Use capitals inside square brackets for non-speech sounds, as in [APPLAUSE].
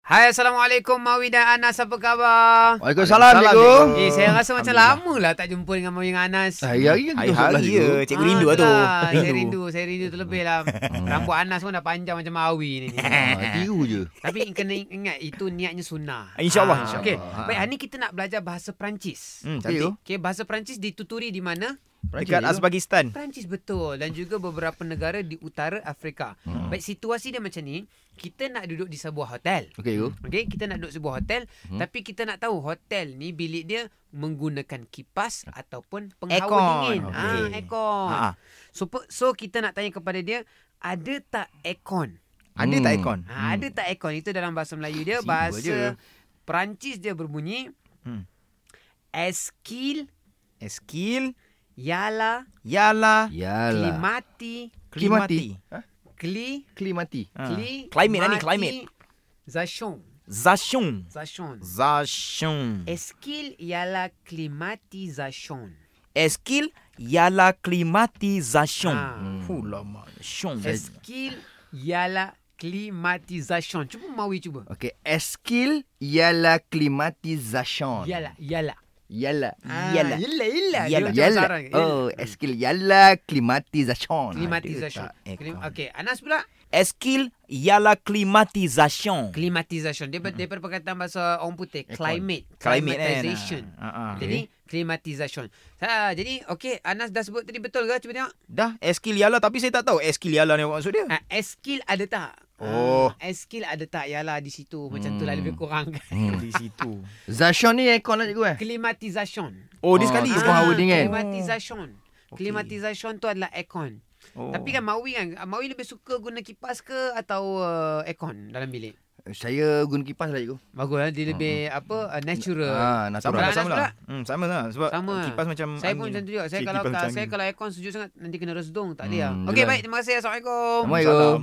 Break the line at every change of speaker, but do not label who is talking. Hai Assalamualaikum Mawi dan Anas Apa khabar?
Waalaikumsalam,
Assalamualaikum.
Cikgu.
Eh saya rasa macam lama
Alhamdulillah.
lah tak jumpa dengan Mawi dengan Anas
Hari-hari kan kita sebelah,
Hari-hari ya.
Cikgu.
Cikgu rindu Hmm. lah tu.
itulah. Saya rindu Saya rindu terlebih
[LAUGHS]
lah Rambut Anas pun dah panjang macam Mawi ni
Ha, tiru je.
Tapi kena ingat Itu niatnya sunnah
InsyaAllah,
Ah,
insyaAllah.
Okey.
Ah.
Baik hari ni kita nak belajar bahasa Perancis
Hmm,
Cantik.
cantik.
Okey, bahasa Perancis dituturi di mana?
Dekat
Perancis,
Uzbekistan.
Perancis betul dan juga beberapa negara di utara Afrika. Hmm. Baik situasi dia macam ni, kita nak duduk di sebuah hotel.
Okey, Cikgu.
Okey, kita nak duduk sebuah hotel hmm. tapi kita nak tahu hotel ni bilik dia menggunakan kipas ataupun penghawa
Ah. Aircon.
dingin. Ah,
Okey.
aircon.
Ha, ha.
So pe- so kita nak tanya kepada dia ada tak aircon?
Ada tak aircon?
Ha, hmm. ada tak aircon? Itu dalam bahasa Melayu dia,
Simple
bahasa
je.
Perancis dia berbunyi hmm.
Hmm.
Eskil
Eskil,
Yala
Yala,
Yalah. Ha?
Klimati
Klimati,
Kli
Kli mati.
Ha.
Kli
Climate lah ni, climate. Hmm.
Zashon
Zashung.
Zashon
Zashung.
Eskil Yala Klimatization
Eskil, Yala Klimati Zashung.
Ah.
Fuh lama. Shung.
Eskil Yala Klimatization Cuba Mawi cuba
Oh.
Okey, eskil ialah klimatisation.
Yala Yala
Yalah.
Ah,
Yalah.
Yala Yala Dia
Yalah.
macam
Yalah.
sarang.
Oh, eskil ialah Ah, klimatisation.
Klimatization
Ada ah, tak
Klim-
aircon?
Okey Anas pula
Eskil, Yala Klimati Zashung.
Klimatization Dia ber- daripada perkataan bahasa orang putih Climate
Climate kan?
Climatization
Ah, ah.
Jadi klimatization. Ha, jadi okey Anas dah sebut tadi betul ke cuba tengok?
Dah, Eskil Yala tapi saya tak tahu Eskil Yala ni apa maksud dia.
Ha, eskil ada tak?
Oh. Hmm.
Ha, eskil ada tak? Yalah di situ macam tu lah lebih kurang kan.
Di situ.
Zashon ni aircon lah cikgu eh?
Klimatization.
Oh, dia
Ah,
sekali.
Ikon
sekali.
hawa dingin.
Klimatization. Klimatization tu adalah aircon.
Oh.
Tapi kan Mawi kan, Mawi lebih suka guna kipas ke atau uh, aircon dalam bilik?
Saya guna kipas lah cikgu.
Bagus lah, dia lebih
Hmm.
apa uh, natural.
Ah, natural.
Sama lah,
Anas
sama
pula?
lah. Hmm, sama lah. Sebab
Sama.
kipas macam
Saya pun
angin.
macam tu juga. Saya
Cik,
kalau
kipas macam
saya
angin.
kalau aircon sejuk sangat nanti kena resdung, tak boleh lah.
Hmm,
Okey
yelah.
baik, terima kasih. Assalamualaikum.
Assalamualaikum.
Salam.